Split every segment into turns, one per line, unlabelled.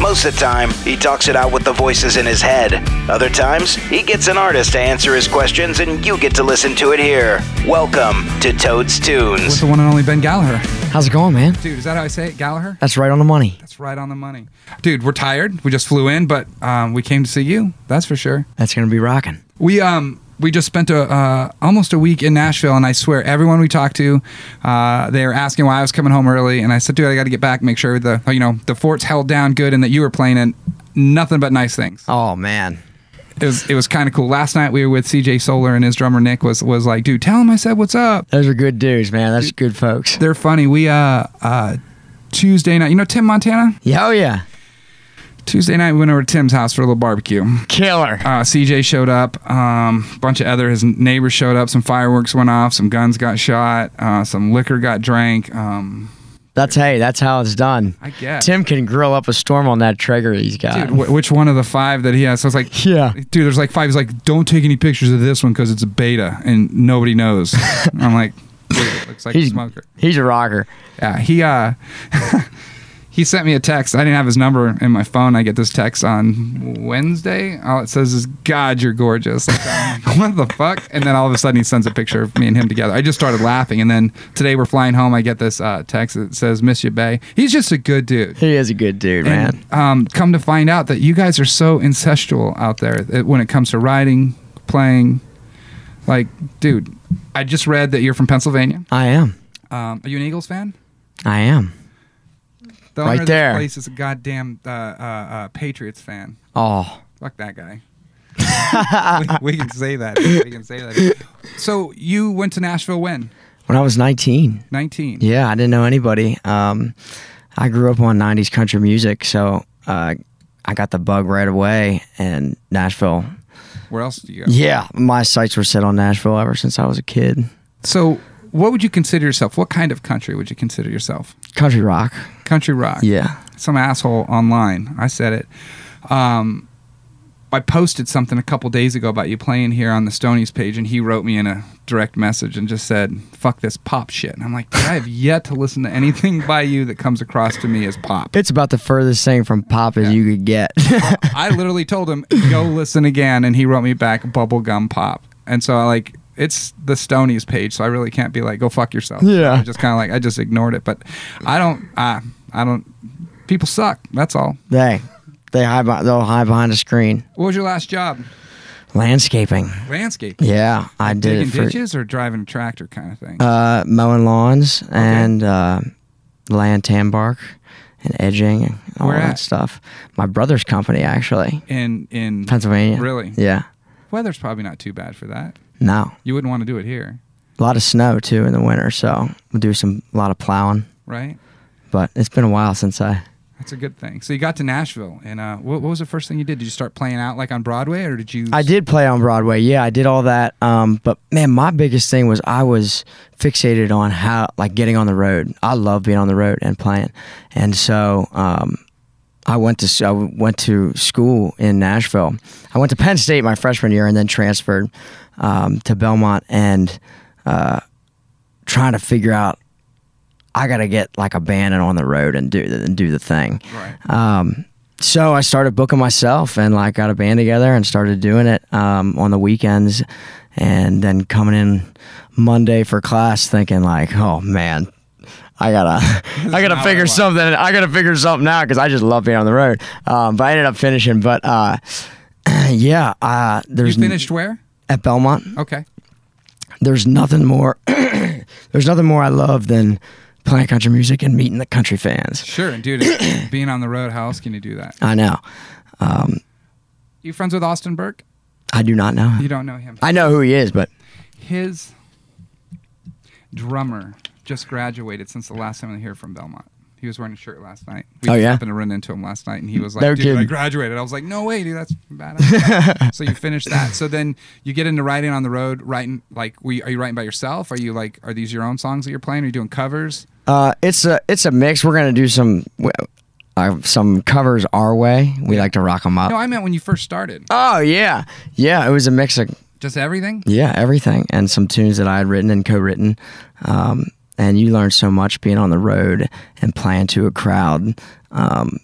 Most of the time, he talks it out with the voices in his head. Other times, he gets an artist to answer his questions and you get to listen to it here. Welcome to Toad's
With
Tunes.
the one and only Ben Gallagher.
How's it going, man?
Dude, is that how I say it? Gallagher?
That's right on the money.
That's right on the money. Dude, we're tired. We just flew in, but um, we came to see you. That's for sure.
That's gonna be rocking.
We um we just spent a uh, almost a week in Nashville, and I swear everyone we talked to, uh, they were asking why I was coming home early, and I said, dude, I got to get back, make sure the you know the fort's held down good, and that you were playing and nothing but nice things.
Oh man,
It was it was kind of cool. Last night we were with CJ Solar and his drummer Nick was was like, dude, tell him I said what's up.
those are good dudes, man. That's good folks.
They're funny. We uh uh Tuesday night, you know Tim Montana.
Yeah, oh yeah,
Tuesday night we went over to Tim's house for a little barbecue.
killer.
uh, CJ showed up. A bunch of other his neighbors showed up. Some fireworks went off. Some guns got shot. Uh, some liquor got drank. Um,
That's hey, that's how it's done.
I guess.
Tim can grill up a storm on that Traeger he's
dude,
got.
wh- which one of the five that he has? So I was like,
Yeah.
dude. There's like five. He's like, don't take any pictures of this one because it's a beta and nobody knows. I'm like, dude, it looks like a
he's
smoker.
he's a rocker.
Yeah, he uh, he sent me a text. I didn't have his number in my phone. I get this text on Wednesday. All it says is "God, you're gorgeous." Like, I'm like, what the fuck? And then all of a sudden, he sends a picture of me and him together. I just started laughing. And then today we're flying home. I get this uh, text that says "Miss you, Bay." He's just a good dude.
He is a good dude, man.
And, um, come to find out that you guys are so incestual out there uh, when it comes to writing, playing. Like, dude, I just read that you're from Pennsylvania.
I am.
Um, are you an Eagles fan?
I am.
The
Right
owner of
there.
This place is a goddamn uh, uh, uh, Patriots fan.
Oh,
Fuck that guy. we, we can say that. We can say that. So you went to Nashville when?
when I was 19,
19.
Yeah, I didn't know anybody. Um, I grew up on '90s country music, so uh, I got the bug right away. And Nashville,
Where else do you go?
yeah, my sights were set on Nashville ever since I was a kid.
So what would you consider yourself? What kind of country would you consider yourself?
Country rock,
Country rock.
yeah,
Some asshole online. I said it. Um, I posted something a couple days ago about you playing here on the Stonies page, and he wrote me in a direct message and just said, "Fuck this pop shit." And I'm like, dude, I have yet to listen to anything by you that comes across to me as pop.
it's about the furthest thing from pop as you could get.
I literally told him, "Go listen again," and he wrote me back, "Bubblegum pop." And so I like. It's the Stonies page, so I really can't be like, "Go fuck yourself."
Yeah.
I just kind of like I just ignored it, but I don't. I I don't. People suck. That's all.
they, they hide, be- they'll hide behind a screen.
What was your last job?
Landscaping,
Landscape.
yeah, I did
Digging
it for
ditches or driving a tractor kind of thing.
uh, mowing lawns and uh, land tan bark and edging and all
Where
that
at?
stuff. My brother's company actually.
in in
Pennsylvania.
Really?
Yeah.
Weather's probably not too bad for that.
No.
You wouldn't want to do it here,
A lot of snow too in the winter, so we'll do some a lot of plowing.
right?
But it's been a while since I
That's a good thing. So you got to Nashville, and uh, what, what was the first thing you did? Did you start playing out like on Broadway, or did you?
I did play on Broadway. Yeah, I did all that. Um, but man, my biggest thing was I was fixated on how like getting on the road. I love being on the road and playing, and so um, I went to s- I went to school in Nashville. I went to Penn State my freshman year and then transferred um, to Belmont and uh, trying to figure out I got to get like a band and on the road and do the, and do the thing
Right.
um, so I started booking myself and like got a band together and started doing it um, on the weekends and then coming in Monday for class thinking like, oh man, I gotta, I gotta
not
figure
what I want.
something. I gotta figure something out because I just love being on the road. Um, but I ended up finishing. But uh, yeah, uh,
You
there's
finished where?
at Belmont
Okay.
there's nothing more there's nothing more I love than playing country music and meeting the country fans.
Sure. And dude, it- being on the road, how else can you do that?
I know. Um,
You friends with Austin Burke?
I do not know.
You don't know him.
I know who he is, but
His drummer just graduated since the last time I hear from Belmont. He was wearing a shirt last night. We
Oh, yeah?
happened to run into him last night, and he was like,
No
"Dude, I
kidding.
graduated." I was like, "No way, dude, that's badass." so you finish that. So then you get into writing on the road. Writing like, we, are you writing by yourself? Are you like, are these your own songs that you're playing? Are you doing covers?
uh, it's a it's a mix. We're gonna do some uh, some covers our way. We like to rock them up.
No, I meant when you first started.
oh yeah, yeah. It was a mix of
Just everything.
yeah everything and some tunes that I had written and co-written. Um, and you learn so much being on the road and playing to a crowd. Um,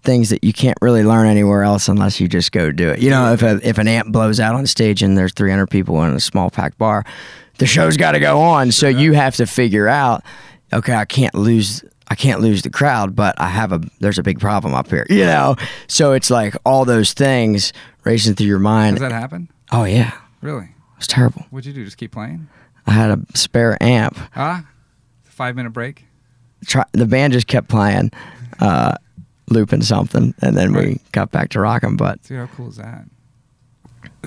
things that you can't really learn anywhere else unless you just go do it. You know, if a, if an amp blows out on stage and there's 300 people in a small packed bar, the show's got to go on. So you have to figure out, okay, I can't lose. I can't lose the crowd, but I have a there's a big problem up here, you know. So it's like all those things racing through your mind.
Does that happen?
oh yeah,
Really?
it's terrible.
What'd you do? Just keep playing?
I had a spare amp.
Ah, five minute break.
Try, the band just kept playing, uh, looping something, and then we got back to rocking. But
Dude, how cool is that?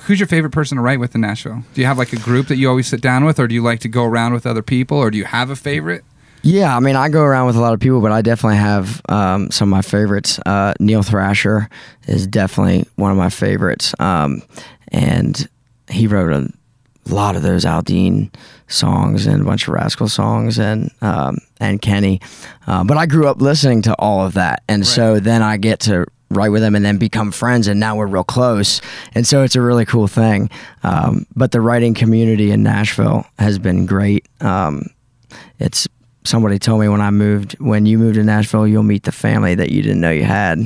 Who's your favorite person to write with in Nashville? Do you have like a group that you always sit down with, or do you like to go around with other people, or do you have a favorite?
yeah, I mean, I go around with a lot of people, but I definitely have um, some of my favorites. Uh, Neil Thrasher is definitely one of my favorites, um, and he wrote a lot of those Aldine songs and a bunch of Rascal songs and um, and Kenny. Uh, but I grew up listening to all of that, and so then I get to write with them and then become friends, and now we're real close, and so it's a really cool thing. Um, but the writing community in Nashville has been great. Um, it's somebody told me when I moved, when you move to Nashville, you'll meet the family that you didn't know you had.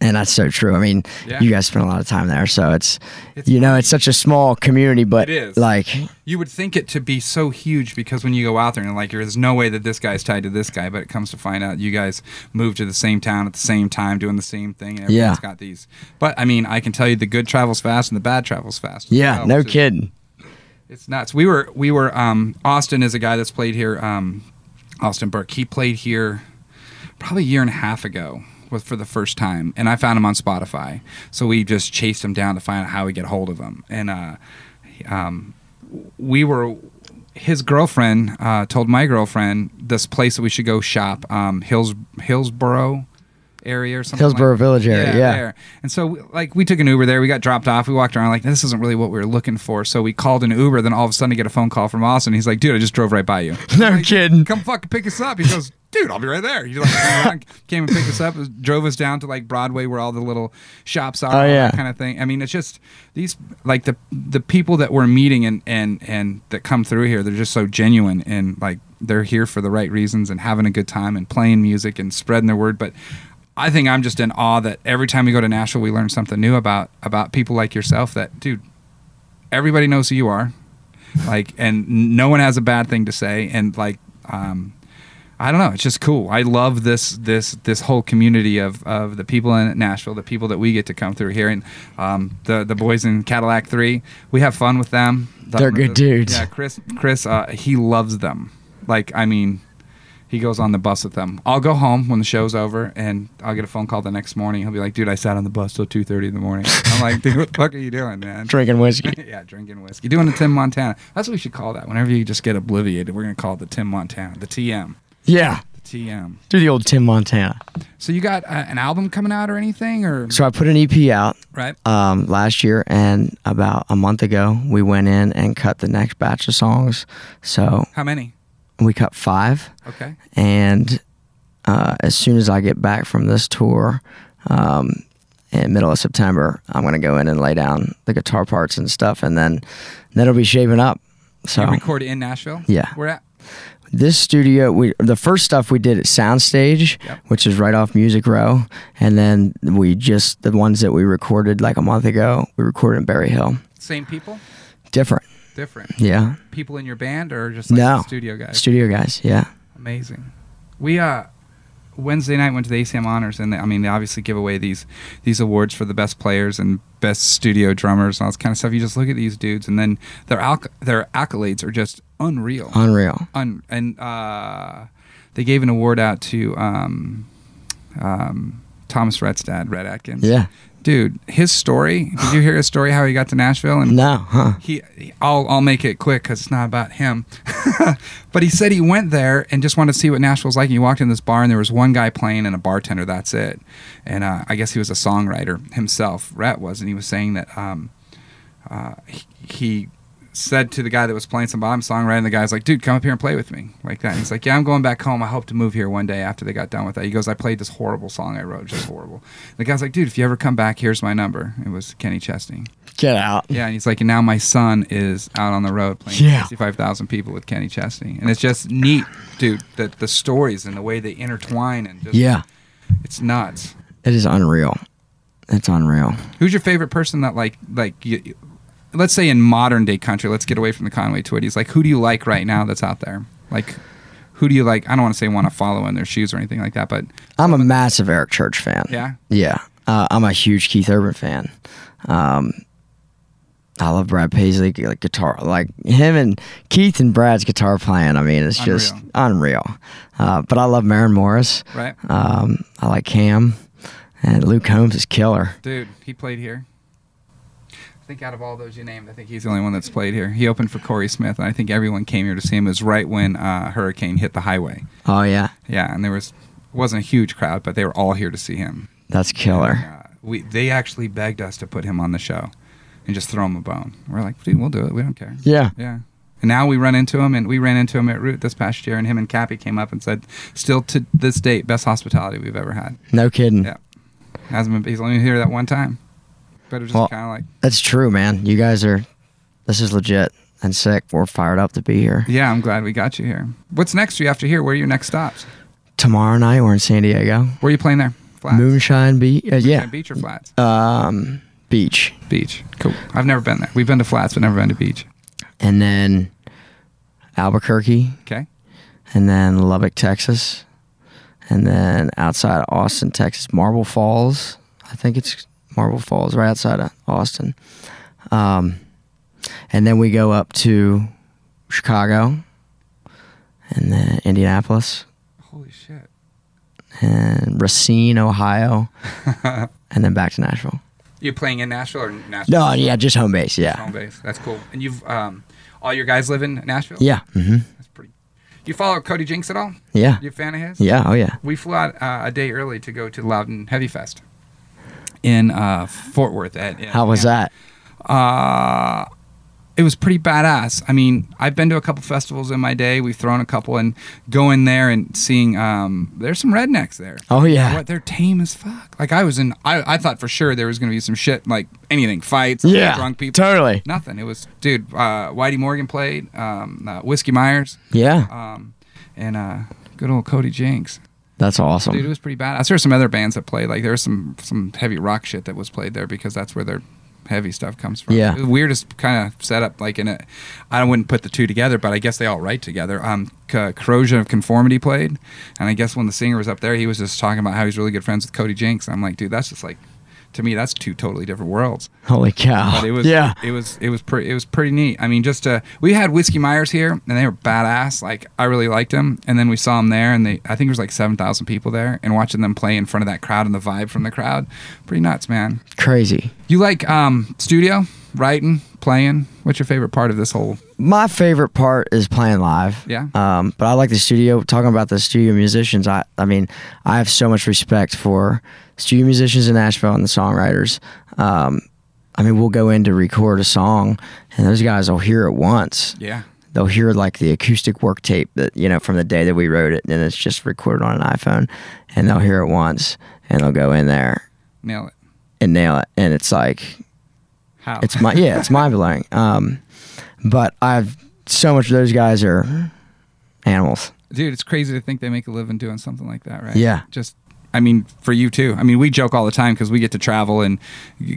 And that's so true. I mean,
Yeah.
you guys spend a lot of time there, so it's,
It's
you know, it's such a small community, but
It is.
like,
You would think it to be so huge because when you go out there and like, there's no way that this guy's tied to this guy, but it comes to find out you guys moved to the same town at the same time, doing the same thing. And everyone's
Yeah.
got these. But I mean, I can tell you the good travels fast and the bad travels fast. as
yeah,
well,
no
which is-
kidding.
It's nuts. We were we were um, Austin is a guy that's played here. Um, Austin Burke. He played here probably a year and a half ago with, for the first time, and I found him on Spotify. So we just chased him down to find out how we get hold of him. And uh, um, we were his girlfriend uh, told my girlfriend this place that we should go shop um, Hills Hillsboro area or something like-
Hillsborough Village area, yeah.
there. and so like we took an uber there we got dropped off we walked around like this isn't really what we were looking for so we called an uber then all of a sudden I get a phone call from austin he's like dude i just drove right by you
No
Like,
kidding.
come fucking pick us up he goes dude i'll be right there he like came, around, came and picked us up drove us down to like broadway where all the little shops are
Oh,
all that
yeah.
kind of kind of thing. I mean, it's just these like the the people that we're meeting and and and that come through here. They're just so genuine and like they're here for the right reasons and having a good time and playing music and spreading their word. But I think I'm just in awe that every time we go to Nashville, we learn something new about about people like yourself. That dude, everybody knows who you are, like, and no one has a bad thing to say. And like, um, I don't know. It's just cool. I love this this this whole community of, of the people in Nashville, the people that we get to come through here, and um, the the boys in Cadillac Three. We have fun with them.
They're good dudes.
Yeah, Chris Chris uh, he loves them. Like I mean, he goes on the bus with them. I'll go home when the show's over, and I'll get a phone call the next morning. He'll be like, "Dude, I sat on the bus till two thirty in the morning." I'm like, "Dude, what the fuck are you doing, man?"
Drinking whiskey.
yeah, drinking whiskey, doing the Tim Montana. That's what we should call that. Whenever you just get obliviated, we're gonna call it the Tim Montana, the TM,
yeah.
the TM.
Do the old Tim Montana.
So you got uh, an album coming out or anything or
So I put an EP out
right?
um, last year, and about a month ago, we went in and cut the next batch of songs. So
How many?
we cut five.
Okay.
and uh, as soon as I get back from this tour, um, in middle of September, I'm gonna go in and lay down the guitar parts and stuff, and then that'll be shaping up. So
You record in Nashville?
Yeah.
We're at
this studio, we the first stuff we did at Soundstage,
Yep.
which is right off Music Row, and then we just the ones that we recorded like a month ago, we recorded in Berry Hill.
same people,
Different,
different
yeah.
people in your band or just like
No.
studio guys?
Studio guys, yeah.
Amazing. We uh Wednesday night went to the ACM Honors and they, I mean they obviously give away these these awards for the best players and best studio drummers and all this kind of stuff. You just look at these dudes and then their alc- their accolades are just unreal.
Unreal.
un- and uh, they gave an award out to um, um, Thomas Rhett's dad, Red Atkins.
Yeah.
dude, his story. Did you hear his story? How he got to Nashville and
No, huh?
he, he- I'll, I'll make it quick because it's not about him. but he said he went there and just wanted to see what Nashville's like. And he walked in this bar and there was one guy playing and a bartender. That's it. And uh, I guess he was a songwriter himself. Rhett was, and he was saying that um, uh, he, he said to the guy that was playing some bottom songwriter, and the guy's like, "Dude, come up here and play with me," like that. And he's like, "Yeah, I'm going back home. I hope to move here one day after they got done with that." He goes, "I played this horrible song I wrote, just horrible." the guy's like, "Dude, if you ever come back, here's my number." It was Kenny Chesney.
Get out.
Yeah, and he's like, and now my son is out on the road playing
Yeah.
65,000 people with Kenny Chesney. And it's just neat, dude, that the stories and the way they intertwine and just,
Yeah.
it's nuts.
It is unreal. It's unreal.
Who's your favorite person that like like you, you- let's say in modern day country, let's get away from the Conway Twitties. Like who do you like right now that's out there? Like who do you like? I don't want to say want to follow in their shoes or anything like that, but
I'm a massive Eric Church fan.
Yeah?
Yeah. Uh, I'm a huge Keith Urban fan. Um, I love Brad Paisley gu- like guitar, like him and Keith and Brad's guitar playing. I mean, it's just unreal. Uh, but I love Maren Morris.
right?
Um, I like Cam, and Luke Holmes is killer.
Dude, he played here. I think out of all those you named, I think he's the only one that's played here. He opened for Corey Smith, and I think everyone came here to see him. It was right when uh, Hurricane hit the highway.
Oh yeah,
Yeah, and there was wasn't a huge crowd, but they were all here to see him.
that's killer.
Uh, we they actually begged us to put him on the show and just throw him a bone. We're like, dude, we'll do it. We don't care.
Yeah.
Yeah. And now we run into him, and we ran into him at Root this past year, and him and Cappy came up and said, "Still to this date, best hospitality we've ever had."
no kidding.
Yeah. Hasn't been. He's only here that one time. But it was just
Well-
kind of like,
That's true, man. You guys are. This is legit and sick. We're fired up to be here.
yeah, I'm glad we got you here. What's next for you after here? Where are your next stops?
Tomorrow night we're in San Diego.
Where are you playing there? Flats.
Moonshine Beach. Uh, yeah.
Beach or flats?
Um, beach.
beach. Cool. I've never been there. We've been to flats, but never been to beach.
And then Albuquerque.
Okay.
And then Lubbock, Texas. And then outside Austin, Texas, Marble Falls. I think it's Marble Falls, right outside of Austin. Um, and then we go up to Chicago and then Indianapolis
Holy shit.
and Racine, Ohio. and then back to Nashville.
You playing in Nashville or Nashville?
No, yeah, just home base. Yeah.
Home base. That's cool. And you've um, all your guys live in Nashville.
Yeah. hmm
That's pretty. You follow Cody Jinks at all?
Yeah.
You a fan of his?
Yeah. Oh, yeah.
we flew out uh, a day early to go to Loudon Heavy Fest in uh, Fort Worth. At,
How was that?
Uh, it was pretty badass. I mean, I've been to a couple festivals in my day. We've thrown a couple, and going there and seeing um, there's some rednecks there.
Oh, yeah.
What they're tame as fuck. Like I was in, I, I thought for sure there was gonna be some shit like anything, fights,
Yeah,
drunk people,
totally.
nothing. It was dude. Uh, Whitey Morgan played, um, uh, Whiskey Myers,
Yeah.
um, and uh, good old Cody Jenks.
That's awesome.
Dude, it was pretty bad. I saw some other bands that played. Like there was some some heavy rock shit that was played there because that's where their heavy stuff comes from.
Yeah.
the weirdest kind of setup. Like in a, I wouldn't put the two together, but I guess they all write together. Um, C- Corrosion of Conformity played, and I guess when the singer was up there, he was just talking about how he's really good friends with Cody Jinks. I'm like, dude, that's just like, to me, that's two totally different worlds.
Holy cow!
But it was
Oh, yeah,
it was it was pretty it was pretty neat. I mean, just uh, we had Whiskey Myers here, and they were badass. Like I really liked them, and then we saw them there, and they I think there was like seven thousand people there, and watching them play in front of that crowd and the vibe from the crowd, pretty nuts, man.
crazy.
You like um studio writing, playing? What's your favorite part of this whole?
My favorite part is playing live.
Yeah.
Um, but I like the studio. Talking about the studio musicians, I I mean, I have so much respect for studio musicians in Nashville and the songwriters. Um, I mean, we'll go in to record a song, and those guys will hear it once.
Yeah,
they'll hear like the acoustic work tape that you know from the day that we wrote it and it's just recorded on an iphone and they'll hear it once and they'll go in there
nail it.
and nail it and it's like
How?
it's my yeah it's mind-blowing um but i've so much those guys are animals
dude it's crazy to think they make a living doing something like that right
Yeah.
just i mean for you too i mean we joke all the time because we get to travel and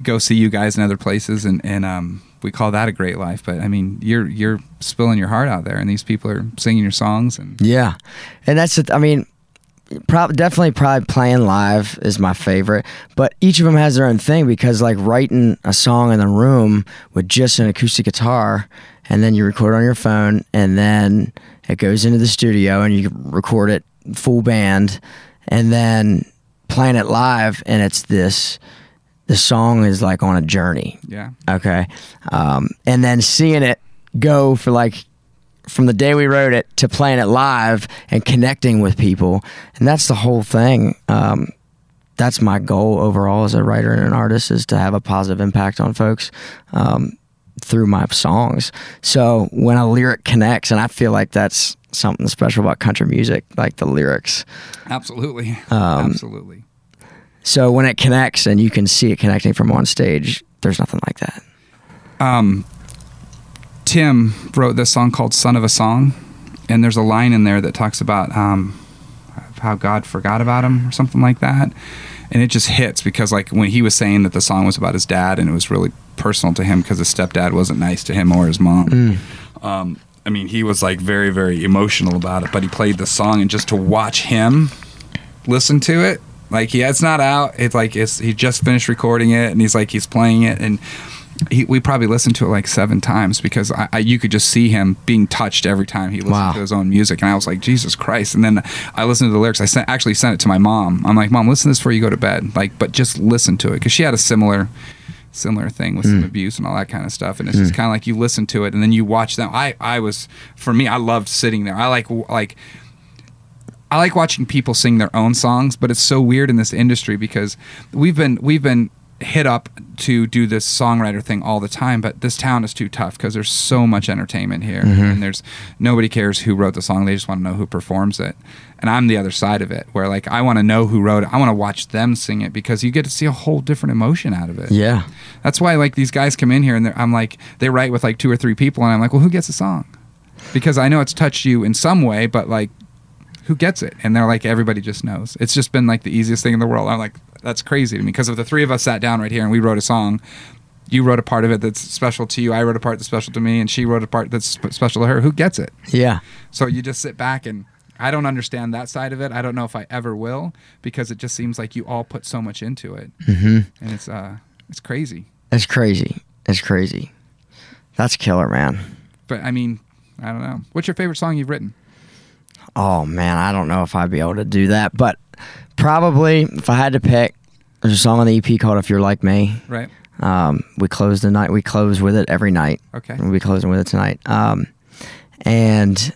go see you guys in other places and and um we call that a great life but i mean you're you're spilling your heart out there and these people are singing your songs and
yeah and that's the th- i mean Prob- definitely probably playing live is my favorite but each of them has their own thing because like writing a song in the room with just an acoustic guitar and then you record it on your phone and then it goes into the studio and you record it full band and then playing it live and it's this the song is like on a journey
yeah
Okay. Um, and then seeing it go for like from the day we wrote it to playing it live and connecting with people. And that's the whole thing. Um, that's my goal overall as a writer and an artist is to have a positive impact on folks um, through my songs. So when a lyric connects, and I feel like that's something special about country music, like the lyrics.
absolutely absolutely
So when it connects and you can see it connecting from on stage, there's nothing like that.
Um, Tim wrote this song called "Son of a Song," and there's a line in there that talks about um, how God forgot about him or something like that. and it just hits because like when he was saying that the song was about his dad and it was really personal to him because his stepdad wasn't nice to him or his mom. Um, I mean, he was like very very emotional about it, but he played the song and just to watch him listen to it. Like yeah, it's not out. It's like it's he just finished recording it, and he's like he's playing it, and he, we probably listened to it like seven times because I, I you could just see him being touched every time he listened
Wow.
to his own music, and I was like Jesus Christ. And then I listened to the lyrics. I sent, actually sent it to my mom. I'm like, Mom, listen to this before you go to bed. Like, but just listen to it because she had a similar similar thing with some abuse and all that kind of stuff. And it's just kind of like you listen to it and then you watch them. I I was for me, I loved sitting there. I like like. I like watching people sing their own songs, but it's so weird in this industry because we've been we've been hit up to do this songwriter thing all the time, but this town is too tough because there's so much entertainment here, and there's nobody cares who wrote the song; they just want to know who performs it. And I'm the other side of it, where like I want to know who wrote it. I want to watch them sing it because you get to see a whole different emotion out of it.
Yeah.
That's why like these guys come in here and they're, I'm like they write with like two or three people and I'm like, well, who gets the song? Because I know it's touched you in some way, but like, who gets it? And they're like, everybody just knows. It's just been like the easiest thing in the world. I'm like, that's crazy to me because if the three of us sat down right here and we wrote a song, you wrote a part of it that's special to you. I wrote a part that's special to me, and she wrote a part that's sp- special to her. Who gets it?
Yeah.
So you just sit back and I don't understand that side of it. I don't know if I ever will because it just seems like you all put so much into it, mm-hmm. and it's uh, it's crazy.
That's crazy. That's crazy. That's killer, man.
But I mean, I don't know. What's your favorite song you've written?
Oh man, I don't know if I'd be able to do that, but probably if I had to pick, there's a song on the EP called "If You're Like Me."
Right.
Um, we close the night. We close with it every night.
Okay.
We'll be closing with it tonight. Um, and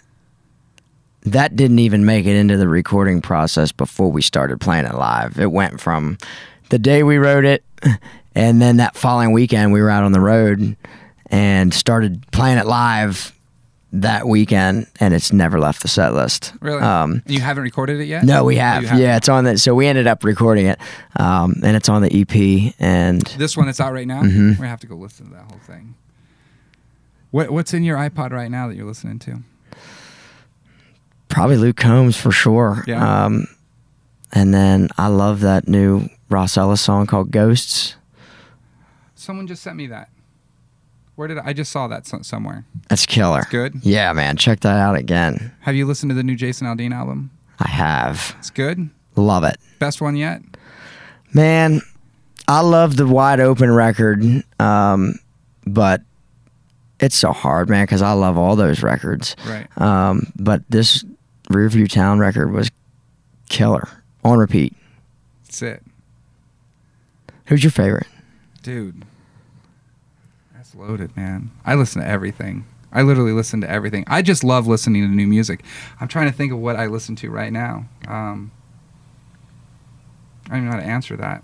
that didn't even make it into the recording process before we started playing it live. It went from the day we wrote it, and then that following weekend we were out on the road and started playing it live that weekend, and it's never left the set list.
Really?
Um,
you haven't recorded it yet?
no, we
You
have. Yeah, it's on the. So we ended up recording it, um, and it's on the EP. And
This one that's out right now.
Mm-hmm.
We're gonna have to go listen to that whole thing. What What's in your iPod right now that you're listening to?
probably Luke Combs for sure.
Yeah.
Um, and then I love that new Ross Ellis song called Ghosts.
Someone just sent me that. Where did I, I just saw that so- somewhere?
That's killer.
Good.
Yeah, man, check that out again.
Have you listened to the new Jason Aldean album?
I have
It's good.
love it,
Best one yet.
man. I love the wide open record, um, but it's so hard, man, because I love all those records.
Right.
Um, but this Rearview Town record was killer on repeat.
That's it.
Who's your favorite?
Dude, that's loaded, man. I listen to everything. I literally listen to everything. I just love listening to new music. I'm trying to think of what I listen to right now. Um, I don't even know how to answer that.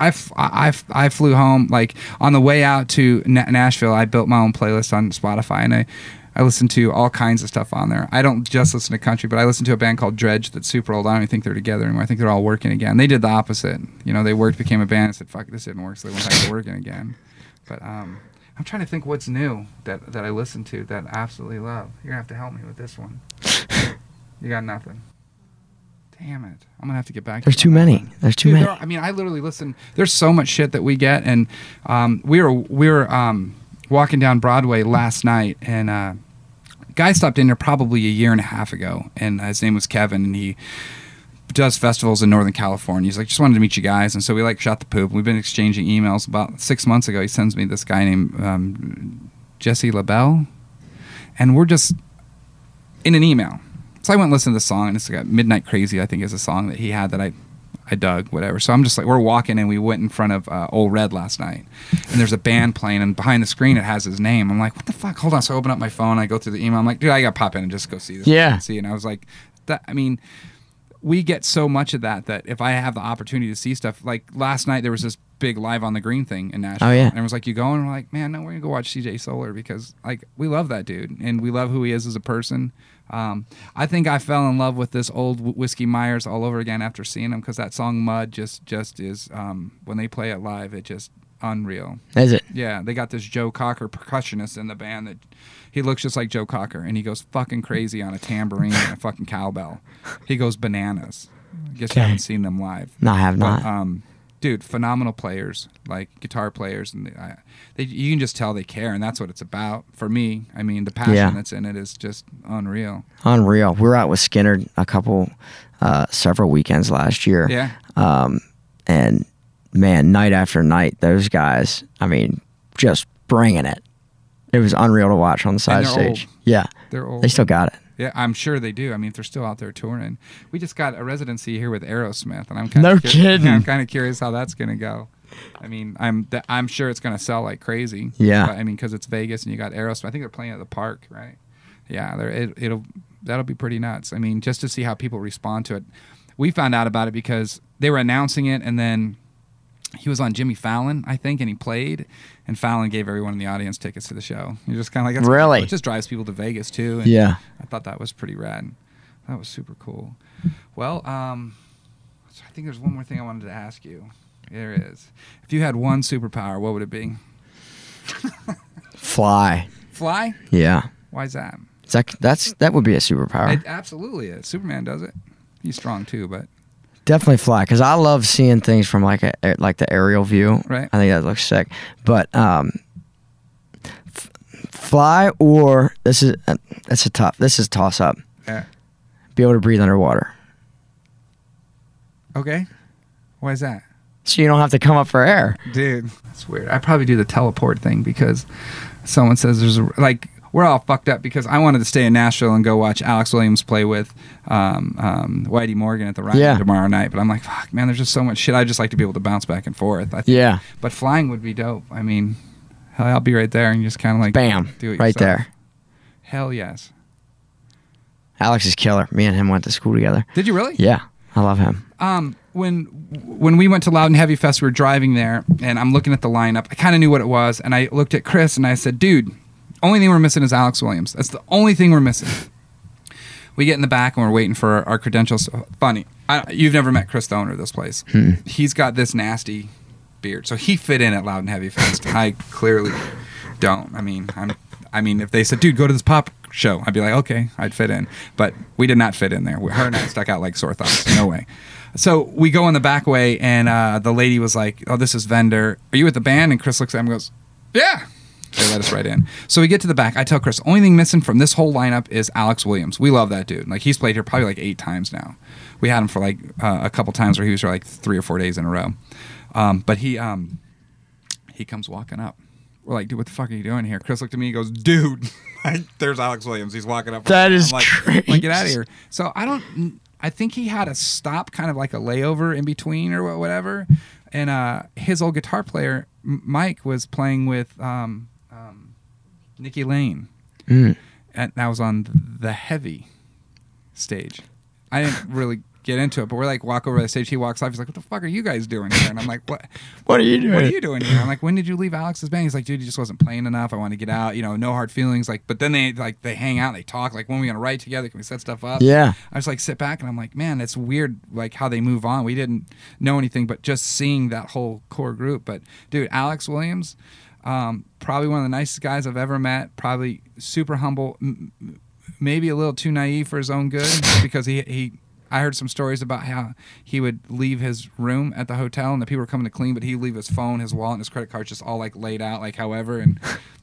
I, f- I, I f- I flew home, like, on the way out to Na- Nashville, I built my own playlist on Spotify and I. I listen to all kinds of stuff on there. I don't just listen to country, but I listen to a band called Dredge that's super old. I don't even think they're together anymore. I think they're all working again. They did the opposite. You know, they worked, became a band, and said, "Fuck, this didn't work," so they went back to working again. But um, I'm trying to think what's new that that I listen to that I absolutely love. You're gonna have to help me with this one. you got nothing. Damn it! I'm gonna have to get back. to
There's
you
too
on that
many.
one.
There's too
Dude,
many.
there are- I mean, I literally listen. There's so much shit that we get, and um, we were we were um, walking down Broadway last night, and uh, guy stopped in there probably a year and a half ago, and uh, his name was Kevin, and he does festivals in Northern California. He's like, just wanted to meet you guys, and so we like shot the poop. We've been exchanging emails about six months ago. He sends me this guy named um, Jesse LaBelle, and we're just in an email. So I went and listened to the song, and it's like a Midnight Crazy, I think, is a song that he had that I, I dug, whatever. So I'm just like, we're walking, and we went in front of uh, Old Red last night, and there's a band playing, and behind the screen it has his name. I'm like, what the fuck? Hold on. So I open up my phone, I go through the email. I'm like, dude, I gotta pop in and just go see this.
Yeah.
and See, and I was like, that. I mean, we get so much of that that if I have the opportunity to see stuff, like last night there was this big live on the green thing in Nashville.
Oh, yeah.
And it was like, you going? We're like, man, no, we're gonna go watch CJ Solar because like we love that dude and we love who he is as a person. Um, I think I fell in love with this old Wh- Whiskey Myers all over again after seeing him because that song Mud just just is um, when they play it live, it just unreal.
Is it?
Yeah, they got this Joe Cocker percussionist in the band that he looks just like Joe Cocker and he goes fucking crazy on a tambourine and a fucking cowbell. He goes bananas. I guess
Okay.
you haven't seen them live.
No, I have
But,
not.
um, dude, phenomenal players, like guitar players, and they, I, they, you can just tell they care, and that's what it's about for me. I mean, the passion
Yeah.
that's in it is just unreal.
Unreal. We were out with Skinner a couple, uh, several weekends last year.
Yeah,
Um, and man, night after night, those guys, I mean, just bringing it. It was unreal to watch on the side
they're
stage. Yeah.
they're old.
They still got it.
yeah, I'm sure they do. I mean, if they're still out there touring, we just got a residency here with Aerosmith, and I'm kind
No
of
kidding.
I'm kind of curious how that's gonna go. I mean, I'm th- I'm sure it's gonna sell like crazy.
Yeah.
but, I mean, because it's Vegas and you got Aerosmith. I think they're playing at the park, right? Yeah, they're, it, it'll that'll be pretty nuts. I mean, just to see how people respond to it. We found out about it because they were announcing it, and then he was on Jimmy Fallon, I think, and he played, and Fallon gave everyone in the audience tickets to the show. You're just kind of like, that's
Really?
Cool. It just drives people to Vegas too. And
Yeah.
I thought that was pretty rad. That was super cool. Well, um, so I think there's one more thing I wanted to ask you. There is. If you had one superpower, what would it be?
Fly.
Fly?
Yeah.
Why is that?
Is That, that's that would be a superpower.
It absolutely is. Superman does it. He's strong too, but
Definitely fly because I love seeing things from like a like the aerial view.
Right.
I think that looks sick. But um, f- fly or this is uh, that's a tough. This is toss up.
Yeah.
Be able to breathe underwater,
okay. Why is that?
so you don't have to come up for air.
Dude, that's weird. I probably do the teleport thing because someone says there's a, like we're all fucked up because I wanted to stay in Nashville and go watch Alex Williams play with um, um, Whitey Morgan at the Ryman
Yeah.
tomorrow night, but I'm like, fuck, man, there's just so much shit. I just like to be able to bounce back and forth. I think.
Yeah.
But flying would be dope. I mean, hell, I'll be right there and just kind of like
Bam.
do it
Right
yourself.
there.
Hell yes.
Alex is killer. Me and him went to school together.
Did you really?
Yeah. I love him.
Um, when when we went to Loud and Heavy Fest, we were driving there, and I'm looking at the lineup. I kind of knew what it was, and I looked at Chris and I said, "Dude, only thing we're missing is Alex Williams. That's the only thing we're missing." We get in the back and we're waiting for our credentials. Funny, I, you've never met Chris, the owner of this place. He's got this nasty beard, so he fit in at Loud and Heavy Fest. I clearly don't. I mean, I'm. I mean, if they said, "Dude, go to this pop show," I'd be like, "Okay, I'd fit in." But we did not fit in there. Her and I stuck out like sore thumbs. No way. So we go in the back way, and uh, the lady was like, "Oh, this is vendor. Are you with the band?" And Chris looks at him and goes, "Yeah." They let us right in. So we get to the back. I tell Chris, only thing missing from this whole lineup is Alex Williams. We love that dude. Like he's played here probably like eight times now. We had him for like uh, a couple times where he was here like three or four days in a row. Um, but he um, he comes walking up. We're like, dude, what the fuck are you doing here? Chris looked at me. He goes, dude, there's Alex Williams. He's walking up.
That is
I'm like,
crazy.
like, get out of here. So I don't. I think he had a stop, kind of like a layover in between or wha- whatever. And uh, his old guitar player M- Mike was playing with um, um, Nikki Lane,
Mm.
and that was on the heavy stage. I didn't really get into it, but we're like walk over the stage. He walks off. He's like, "What the fuck are you guys doing here?" And I'm like, "What?
What are you doing?
What are you doing here? I'm like, when did you leave Alex's band? He's like, dude, he just wasn't playing enough. I want to get out. You know, no hard feelings. Like, but then they like they hang out, they talk. Like, when are we gonna write together? Can we set stuff up?
Yeah.
I just like sit back and I'm like, man, it's weird. Like how they move on. We didn't know anything, but just seeing that whole core group. But dude, Alex Williams, um, probably one of the nicest guys I've ever met. Probably super humble. M- m- maybe a little too naive for his own good because he he I heard some stories about how he would leave his room at the hotel and the people were coming to clean, but he'd leave his phone, his wallet, and his credit cards just all like laid out, like however. And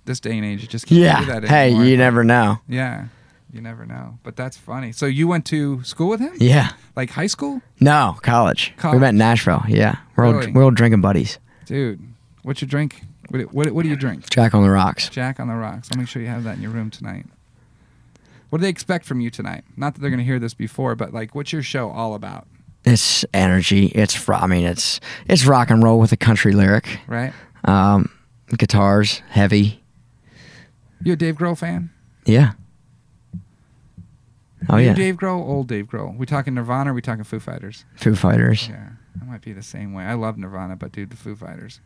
this day and age, it just can't do
Yeah.
that
Hey,
anymore.
you never know.
yeah, you never know. But that's funny. So you went to school with him,
Yeah.
like high school,
No, college.
College.
We met in Nashville. Yeah. We're
Really?
old, we're old drinking buddies.
dude. What's your drink? What what, what do you drink?
Jack on the rocks.
Jack on the Rocks. I'll make sure you have that in your room tonight. What do they expect from you tonight? Not that they're going to hear this before, but like, what's your show all about?
It's energy. It's ro- I mean it's it's rock and roll with a country lyric.
Right?
Um, guitars heavy.
You a Dave Grohl fan?
Yeah. Oh
New
yeah.
Dave Grohl, old Dave Grohl. We talking Nirvana or we talking Foo Fighters?
Foo Fighters.
Yeah. I might be the same way. I love Nirvana, but dude, the Foo Fighters.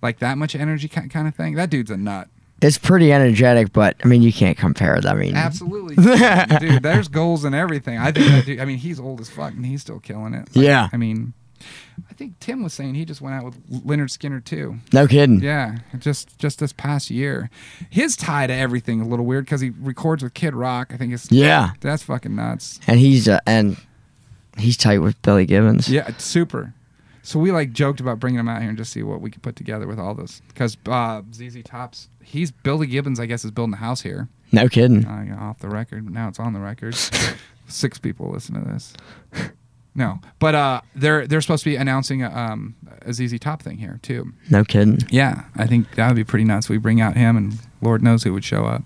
Like that much energy ki- kind of thing? That dude's a nut.
It's pretty energetic, but I mean you can't compare it. I mean
Absolutely. dude, there's goals and everything. I think that dude, I mean, he's old as fuck and he's still killing it. Like,
Yeah.
I mean, I think Tim was saying he just went out with Leonard Skinner too.
No kidding.
Yeah, just just this past year, his tie to everything a little weird because he records with Kid Rock. I think it's
Yeah.
that's fucking nuts.
And he's uh, and He's tight with Billy Gibbons.
Yeah, it's super. So we like joked about bringing him out here and just see what we could put together with all this because uh, ZZ Tops, he's Billy Gibbons, I guess, is building a house here.
No kidding.
Uh, you know, off the record, but now it's on the record. Six people listen to this. No, but uh, they're they're supposed to be announcing a, um, a ZZ Top thing here too.
No kidding.
Yeah, I think that would be pretty nuts. We bring out him, and Lord knows who would show up.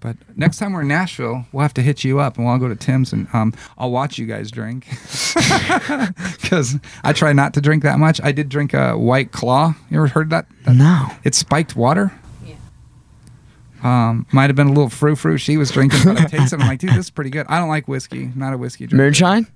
But next time we're in Nashville, we'll have to hit you up, and we'll go to Tim's, and um, I'll watch you guys drink because I try not to drink that much. I did drink a White Claw. You ever heard that? that
No.
It's spiked water. Um, might have been a little frou frou she was drinking, but I tasted it. I'm like, dude, this is pretty good. I don't like whiskey. Not a whiskey drinker.
Moonshine?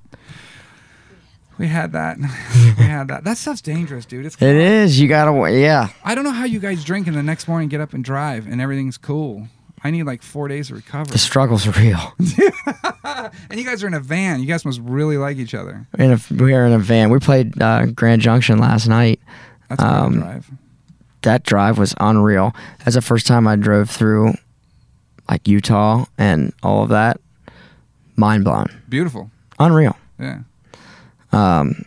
We had that. we had that. That stuff's dangerous, dude. It's
It is. You gotta. wa- Yeah.
I don't know how you guys drink and the next morning get up and drive and everything's cool. I need like four days to recover.
The struggle's real.
And you guys are in a van. You guys must really like each other.
In a, we are in a van. We played uh, Grand Junction last night.
That's a good
Um,
drive.
That drive was unreal. That's the first time I drove through, like Utah and all of that. Mind blown.
Beautiful.
Unreal.
Yeah.
Um,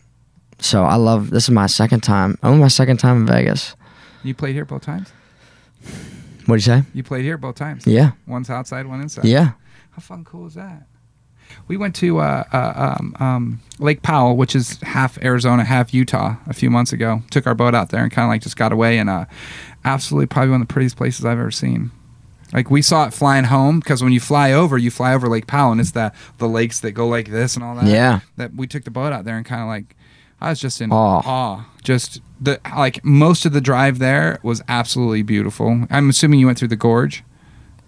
so I love. This is my second time. Only my second time in Vegas.
You played here both times?
What do you say?
You played here both times.
Yeah.
One's outside, one inside.
Yeah.
How fun cool is that? We went to uh, uh, um, um, Lake Powell, which is half Arizona, half Utah, a few months ago. Took our boat out there and kind of like just got away. And uh, absolutely, probably one of the prettiest places I've ever seen. Like we saw it flying home because when you fly over, you fly over Lake Powell, and it's the the lakes that go like this and all that.
Yeah.
That we took the boat out there and kind of like, I was just in
Awe.
awe. Just the like most of the drive there was absolutely beautiful. I'm assuming you went through the gorge,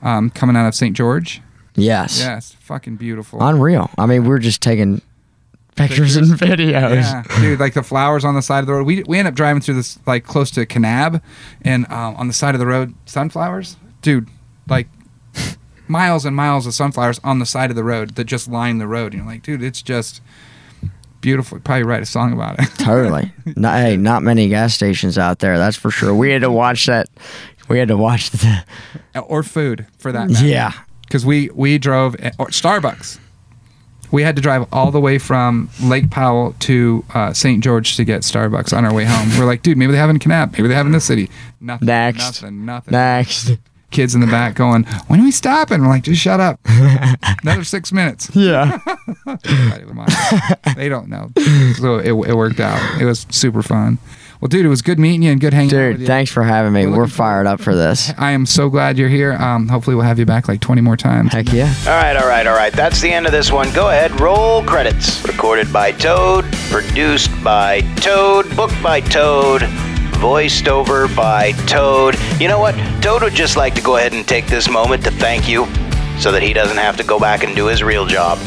um, coming out of St. George.
Yes.
Yeah, it's fucking beautiful.
Unreal. I mean, we're just taking pictures, and videos.
yeah, dude, like the flowers on the side of the road. We we end up driving through this like close to Kanab, and uh, on the side of the road, sunflowers, dude, like miles and miles of sunflowers on the side of the road that just line the road. And you're like, dude, it's just beautiful. Probably write a song about it.
Totally. No, hey, not many gas stations out there. That's for sure. We had to watch that. We had to watch the.
or food for that matter.
Yeah.
because we we drove or Starbucks. We had to drive all the way from Lake Powell to uh, St. George to get Starbucks on our way home. We're like, dude, maybe they have in Kanab, maybe they have in this city. Nothing,
Next.
nothing, nothing.
Next.
Kids in the back going, when are we stopping? We're like, just shut up. Another six minutes.
Yeah.
Everybody with mine. they don't know. So it, it worked out. It was super fun. Well, dude, it was good meeting you and good hanging out with
Dude,
you.
thanks for having me.
We're looking
We're fired up for this.
I am so glad you're here. Um, hopefully, we'll have you back like 20 more times.
Heck yeah.
All right, all right, all right. That's the end of this one. Go ahead, roll credits. Recorded by Toad, produced by Toad, booked by Toad, voiced over by Toad. You know what? Toad would just like to go ahead and take this moment to thank you so that he doesn't have to go back and do his real job.